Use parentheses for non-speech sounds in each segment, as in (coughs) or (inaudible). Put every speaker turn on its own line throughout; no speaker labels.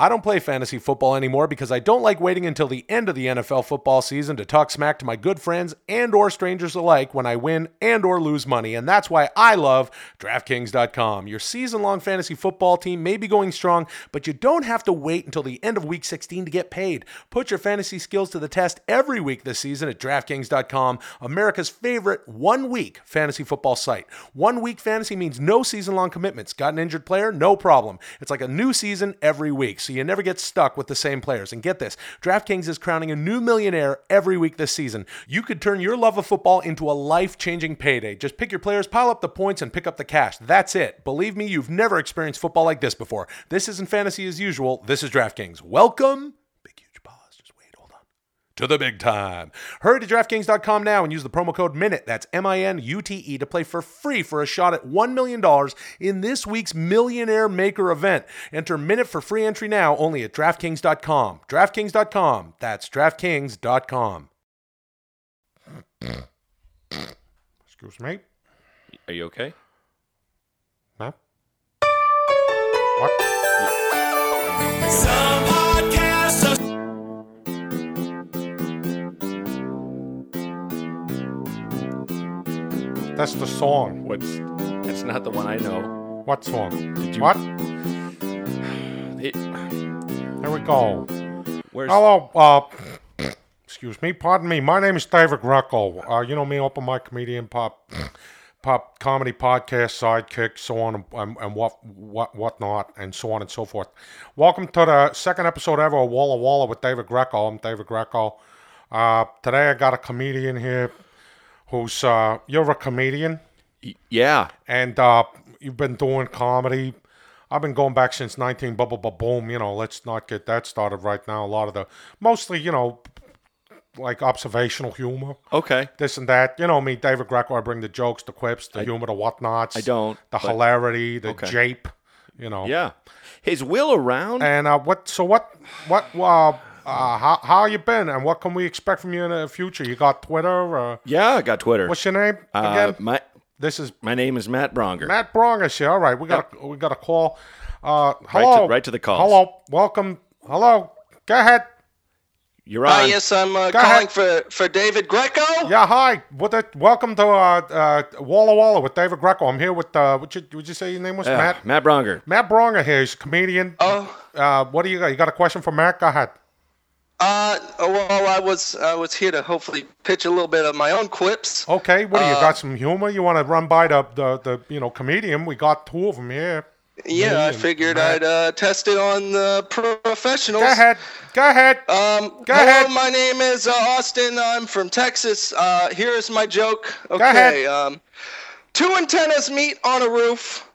I don't play fantasy football anymore because I don't like waiting until the end of the NFL football season to talk smack to my good friends and or strangers alike when I win and or lose money, and that's why I love DraftKings.com. Your season-long fantasy football team may be going strong, but you don't have to wait until the end of week 16 to get paid. Put your fantasy skills to the test every week this season at DraftKings.com, America's favorite one-week fantasy football site. One-week fantasy means no season-long commitments. Got an injured player? No problem. It's like a new season every week so you never get stuck with the same players. And get this DraftKings is crowning a new millionaire every week this season. You could turn your love of football into a life changing payday. Just pick your players, pile up the points, and pick up the cash. That's it. Believe me, you've never experienced football like this before. This isn't fantasy as usual. This is DraftKings. Welcome. Big, huge pause. Just wait. Hold on to the big time. Hurry to DraftKings.com now and use the promo code MINUTE, that's M I N U T E, to play for free for a shot at $1 million in this week's Millionaire Maker event. Enter MINUTE for free entry now only at DraftKings.com. DraftKings.com, that's DraftKings.com. Excuse me?
Are you okay?
Huh? What?
Some podcasts are
That's the song.
What's? That's not the one I know.
What song?
Did you-
What?
It,
There we go.
where's?
Hello, uh, excuse me, pardon me. My name is David Greco. Uh, you know me, open mic comedian, pop, pop comedy podcast, sidekick, so on and, and what, what, whatnot, and so on and so forth. Welcome to the second episode ever of Walla Walla with David Greco. I'm David Greco. Uh, today I got a comedian here who's uh, you're a comedian
Y- Yeah.
and uh, you've been doing comedy. I've been going back since 19 blah, blah, blah, boom. You know, let's not get that started right now. A lot of the, mostly, you know, like observational humor,
Okay.
this and that. You know me, David Greco, I bring the jokes, the quips, the humor, the whatnots.
I don't,
The
but-
hilarity, the
Okay.
jape, you know.
Yeah. Is Will around?
And uh, what, so what, what, uh, uh, how, how you been and what can we expect from you in the future? You got Twitter? Uh,
yeah, I got Twitter.
what's your name
uh,
again?
my
this is
my name is Matt Bronger.
Matt Brongish here. All right, we got a, we got a call. Uh, hello,
right to the calls.
Hello, welcome. Hello, go ahead.
You're on.
Uh, yes, I'm uh,
Go
calling
ahead.
for, for David Greco.
Yeah, hi. What the, welcome to uh, uh, Walla Walla with David Greco. I'm here with uh, what you would you say your name was
Yeah,
Matt?
Matt Bronger.
Matt Bronger here. He's a comedian.
Oh.
uh, what do you got? You got a question for Matt? Go ahead.
Uh, well, I was I was here to hopefully pitch a little bit of my own quips.
Okay, what do you got? Some humor? You want to run by the, the the you know comedian? We got two of them here.
yeah, I
me,
figured
Matt.
I'd uh, test it on the professionals.
Go ahead. Go ahead.
Um,
Go
hello,
ahead.
my name is uh, Austin. I'm from Texas. Uh, here is my joke. Okay.
ahead.
Um, two antennas meet on a roof.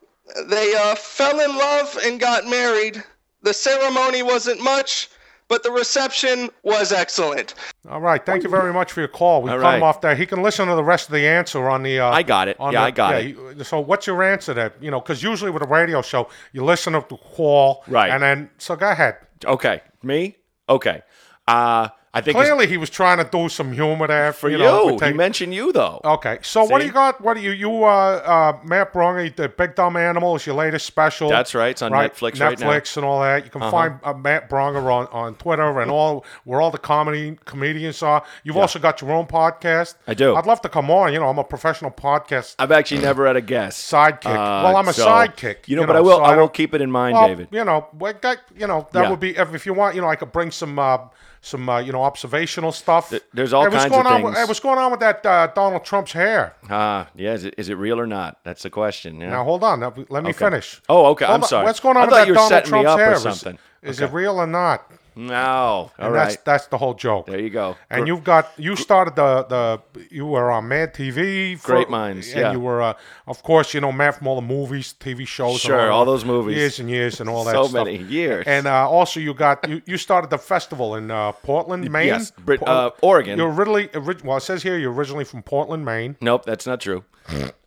They uh, fell in love and got married. The ceremony wasn't much, but the reception was excellent.
All right. Thank you very much for your call. We
All
come
right.
off there. He can listen to the rest of the answer on the. Uh,
I got it.
on
Yeah,
the-
I got it.
you- So what's your answer there? You know, because usually with a radio show, you listen up the call,
Right.
And then so go ahead.
Okay. Me? Okay. Uh, I think it's
Clearly, he was trying to do some humor there
for you.
Know, we
he
take- Oh.
mentioned you though.
okay. So what do
See?
you got? What do you you uh, uh Matt Bronger, the Big Dumb Animal is your latest special.
That's right. It's on Netflix right now. Uh-huh.
Netflix and all that. You can find uh, Matt Bronger on, on Twitter and all where all the comedy comedians are. You've also got your own podcast.
I do.
I'd love to come on. You know, I'm a professional podcast
I've actually never had a guest. Uh,
sidekick. well, I'm a
so-
sidekick.
You know, but I will.
so
I will
don't-
keep it in mind,
well,
David.
You know, we got, you know that
Yeah.
would be if, if you want. You know, I could bring some uh, some uh, you know observational stuff.
there's all
Hey, what's
kinds
going
of
on with-
things.
hey, what's going on with that uh, Donald Trump's hair?
Ah, yeah. Is it, is it real or not? That's the question. Yeah.
Now hold on, let me- let me finish.
Oh, okay.
Hold
I'm
on,
sorry.
What's going on
I
with
thought
that
you were
Donald
setting me
Trump's
up or
hair? Is-
something.
Is, it real or not?
No. All
And
right.
that's that's the whole joke.
There you go.
And you've got you started the the you were on Mad TV. For,
Great minds,
And
yeah.
you were, uh, of course, you know Matt from all the movies, TV shows. and
Sure,
that.
all those movies.
years and years, and all that.
So
stuff.
many years.
And uh, also, you got you, you started the festival in uh, Portland, Maine.
yes, Brit-
Po-
uh, Oregon.
You're originally orig- well. It says here you're originally from Portland, Maine.
Nope, that's not true.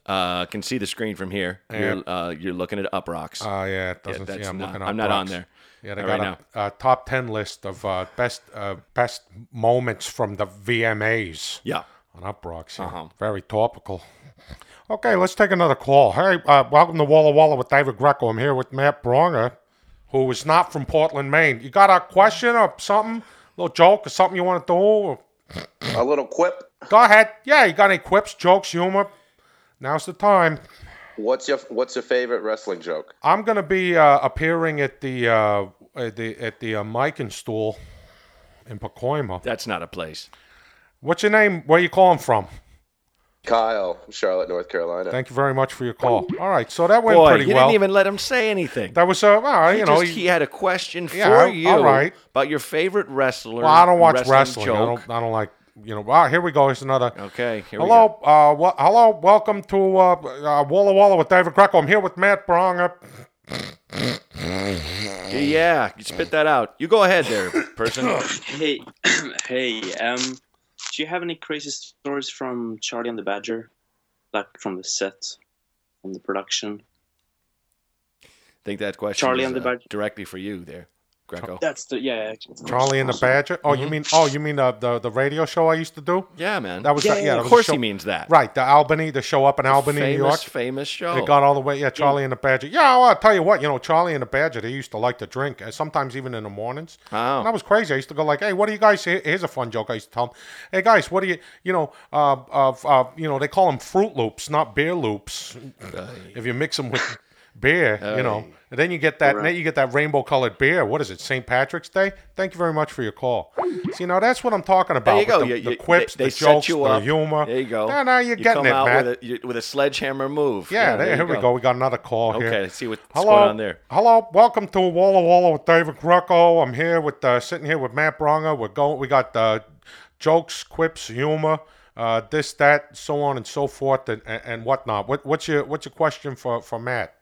Uh, can see the screen from here. You're, uh, you're looking at Up Rocks.
Oh yeah, it doesn't.
that's
yeah, I'm
not-
looking up
I'm not on
rocks.
there.
Yeah, they
All
got
right
a, a top ten list of uh, best uh, best moments from the VMAs.
yeah.
on Up Rocks. yeah.
Uh-huh.
Very topical. Okay, let's take another call. Hey, uh, welcome to Walla Walla with David Greco. I'm here with Matt Bronger, who who was not from Portland, Maine. You got a question or something? A little joke or something you want to do? Or-
A little quip.
Go ahead. Yeah, you got any quips, jokes, humor? Now's the time.
What's your What's your favorite wrestling joke?
I'm gonna be uh, appearing at the uh, at the at the uh, Mike and Stool in Pacoima.
That's not a place.
What's your name? Where you calling from?
Kyle, Charlotte, North Carolina.
Thank you very much for your call. All right, so that went
Boy,
pretty
you
well.
didn't even let him say anything.
that was uh, well, you
he
know,
just,
he-
he had a question
Yeah,
for you
all right.
about your favorite wrestler.
well, I don't watch
wrestling.
wrestling. I
joke.
don't. I don't like. You know. Wow, here we go. Here's another.
Okay, here we
Hello, uh, wel- hello, welcome to uh, uh, Walla Walla with David Greco. I'm here with Matt Bronger.
go. Yeah, you spit that out. You go ahead there,
(coughs)
person.
Hey, (clears throat) hey, um, do you have any crazy stories from Charlie and the Badger? Like from the set, from the production?
think that question
Charlie
is,
on the
uh,
badge.
directly for you there, Greco.
That's the, yeah.
Charlie and the Badger. Oh,
Mm-hmm.
you mean? Oh, you mean the, the the radio show I used to do?
Yeah, man.
That was yeah. yeah that
of
was a
course
show-
he means that.
Right, the Albany, the show up in Albany,
famous,
New York.
famous show.
It got all the way. Yeah, Charlie and the Badger. Yeah, well, I'll tell you what. You know, Charlie and the Badger. They used to like to drink, uh, sometimes even in the mornings.
Wow.
And I was crazy. I used to go like, "Hey, what do you guys?" here- Here's a fun joke I used to tell them. Hey guys, what do you? You know, uh, uh, uh, you know, they call them Fruit Loops, not beer loops. if you mix them with beer, you know, and then you get that. Then you get that rainbow colored beer. What is it? St. Patrick's Day. Thank you very much for your call. See, now that's what I'm talking about.
There you
with
go.
The,
You-
the
you-
quips,
they, they
the jokes,
set you
the
up.
humor. (laughs)
There you go.
Now, now you're
you
getting
come
it,
out
Matt.
With a, you- with a sledgehammer move.
Yeah, there, here we go. We got another call here.
Okay, let's see what's
Hello,
going on there.
Hello, welcome to Walla Walla with David Greco. I'm here with uh, sitting here with Matt Bronger. We're going. We got uh, jokes, quips, humor, uh, this, that, so on and so forth, and, and, and whatnot. What, what's your What's your question for for Matt?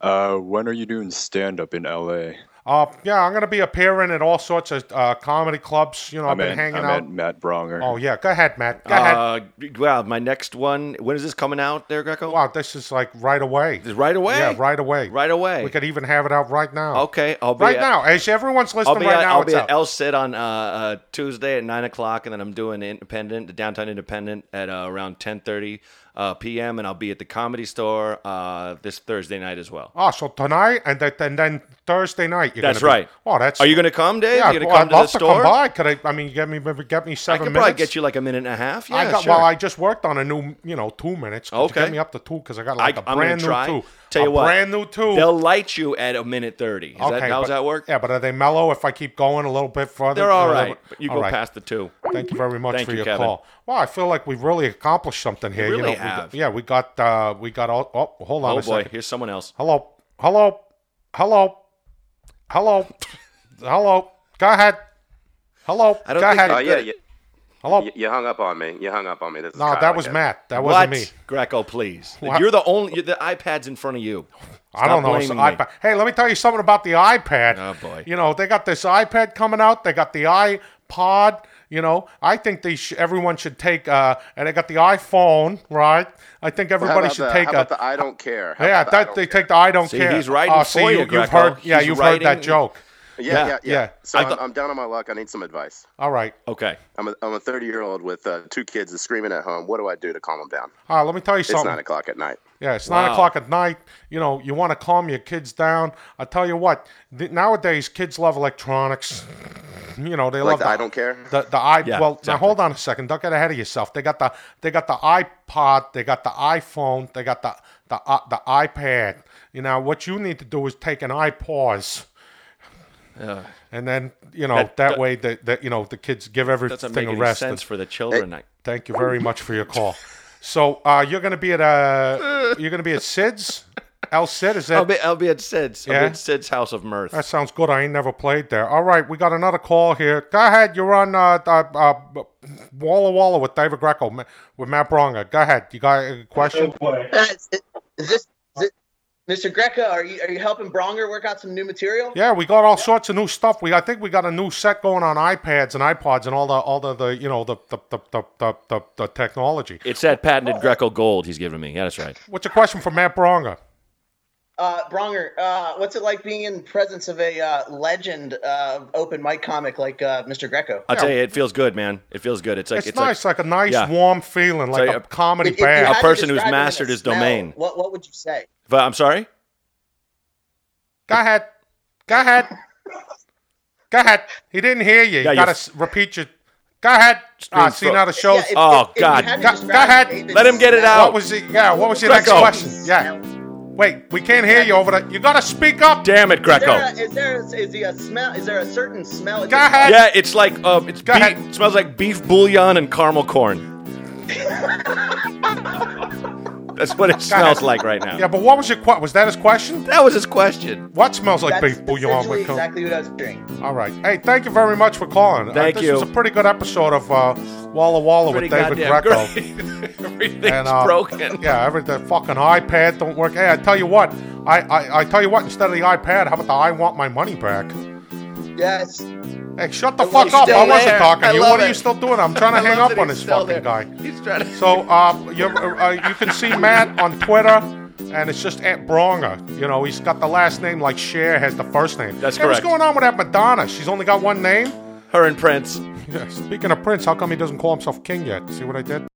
Uh, when are you doing stand up in LA?
Uh, yeah, I'm gonna be appearing at all sorts of uh, comedy clubs. You know, I've
I'm
been
at,
hanging
I'm
out.
at Matt Bronger.
Oh yeah, go ahead, Matt. Go ahead.
Uh, well, my next one. When is this coming out, there, Greco?
Wow, this is like right away.
Is it Right away.
Yeah, right away.
Right away.
We could even have it out right now.
okay, I'll be
Right
at,
now, as everyone's
I'll
listening
be
right
at,
now,
I'll
it's
be at
out.
El Cid on uh, uh, Tuesday at nine o'clock, and then I'm doing Independent, the Downtown Independent, at uh, around ten thirty uh, p.m. And I'll be at the Comedy Store uh, this Thursday night as well.
Oh, so tonight and that, and then Thursday night. You're
That's
gonna be-
right.
Oh, that's.
Are you going to come, Dave?
Yeah,
you going
well,
to
I'd
come to the
love to
store?
come by. Could I? I mean, you get me maybe get me
I
seven
could probably
minutes.
get you like a minute and a half. Yeah,
I got.
sure.
Well, I just worked on a new, you know, two minutes. Could you
Okay.
get me up to two because I got like a
I'm gonna
brand new
try.
two.
Tell you
a
what,
brand new 2
They'll light you at a minute thirty. Is
okay,
that, how does
but-
that work?
Yeah, but are they mellow if I keep going a little bit further?
They're all right. But you
all
go
right.
past the two.
Thank you very much
Thank
for
you,
your
Kevin.
call. Wow, I feel like we've really accomplished something here.
really
you know, We,
have.
got- yeah, we got. uh We got all. Oh, hold on
Oh
a
boy,
second.
here's someone else.
Hello. Hello. Hello. Hello. Hello. Go ahead. Hello.
I don't
Go
think
ahead.
Oh
I-
yeah, you,
Hello.
you, you hung up on me. You hung up on me. This is
no,
Kyle
that was
again.
Matt. That
what?
wasn't me.
Greco, please.
What?
You're the only. You're, the iPad's in front of you.
I don't know. It's
blaming me.
iPad. Hey, let me tell you something about the iPad.
Oh, boy.
You know they got this iPad coming out. They got the iPod. You know, I think they sh- everyone should take. Uh, and they got the iPhone, right? I think
How
everybody
about
should
the-
take
how
a.
about the I don't care. How
yeah,
about the I
that
don't
they
care?
take the I don't
See,
care.
he's writing
Oh,
for
see,
you,
have
Greco.
heard. Yeah,
He's
you've heard that
writing-
joke.
Yeah,
Yeah.
yeah, yeah.
Yeah.
So
I
I'm,
thought-
I'm down on my luck. I need some advice.
All right.
Okay.
I'm a, I'm a 30 year old with uh, two kids that's screaming at home. What do I do to calm them down?
All right. Let me tell you
It's
something.
nine o'clock at night.
Yeah, it's nine
Wow.
o'clock at night. You know, you want to calm your kids down. I tell you what, th- nowadays kids love electronics. You know, they
Like
love
the I don't care.
the the i
Yeah,
well now
exactly.
hold on a second don't get ahead of yourself they got the they got the iPod they got the iPhone they got the the uh, the iPad you know what you need to do is take an iPause and then you know that,
That- that-
way that that you know the kids give
Doesn't
everything
make
a
any
rest
sense for the children. I-
Thank you very much for your call. So uh, you're gonna be at uh, you're gonna be at Sid's, El Cid. Is
I'll
that?
be. I'll be at Sid's. I'll
Yeah?
be at Sid's House of Mirth.
that sounds good. I ain't never played there. All right, we got another call here. Go ahead. You're on uh, uh, uh, Walla Walla with David Greco ma- with Matt Bronger. Go ahead. You got a question?
Uh, is this, is it, Mr. Greca? Are you are you helping Bronger work out some new material?
Yeah, we got all sorts of new stuff. We I think we got a new set going on iPads and iPods and all the all the, the you know the the, the, the, the, the the technology.
It's that patented Greco gold he's giving me. Yeah, that's right.
What's your question for Matt Bronger?
Uh, Bronger, uh, what's it like being in the presence of a uh, legend uh, open mic comic like uh, Mr. Greco?
I'll
Yeah.
tell you, it feels good, man. It feels good. It's like
It's,
it's,
nice,
like,
like, a nice
yeah.
warm feeling, like
Say,
a
uh,
comedy
If- if you
band.
had to
person who's
describe him in
mastered his
smell,
domain.
What what would you say?
But I'm sorry.
Go ahead. Go Go ahead. Go ahead. He didn't hear you.
Yeah,
you gotta
you-
s- repeat your. Go aad. Ah,
Screen
see
fro-
now the show's.
if-
Oh,
if- if you
God.
had to
Go-
describe
go ahead.
Nathan's-
Let him get it
what
out.
was it? Yeah. What was your
Greco.
next question? Yeah. Wait, we can't hear you over the. You gotta speak up.
Damn it,
Is there,
Greco.
a, is there a, is there a smell? Is there a certain smell?
Go ahead.
Yeah, it's like um, it's
Go
beef,
ahead.
it smells like beef bouillon and caramel corn. That's what it smells
ahead.
like right now.
Yeah, but what was your que- was that his question?
That was his question.
What smells like uh,
That's
beef bouillon
essentially
with co-
exactly what I was doing.
All right. Hey, thank you very much for calling. Uh,
Thank
this
you.
was a pretty good episode of uh, Walla Walla with David
goddamn
Greco.
great. (laughs) Everything's
And, uh,
broken.
Yeah, every the fucking iPad don't work. Hey, I tell you what, I, I I tell you what, instead of the iPad, how about the I want my money back?
Yes.
Hey, shut the
He's
fuck up!
still
I wasn't
there.
talking
I
to you.
love
What are
it.
you still doing?
(laughs)
I'm trying
I
to hang
love
up
that
on
he's
this
still
fucking
there.
guy.
He's trying to.
So uh, you uh, you can see Matt on Twitter, and it's just at Bronger. You know, he's got the last name like Cher has the first name.
That's
hey, What's
correct.
going on with that Madonna? She's only got one name.
Her and Prince.
Yeah, speaking of Prince, how come he doesn't call himself king yet? See what I did?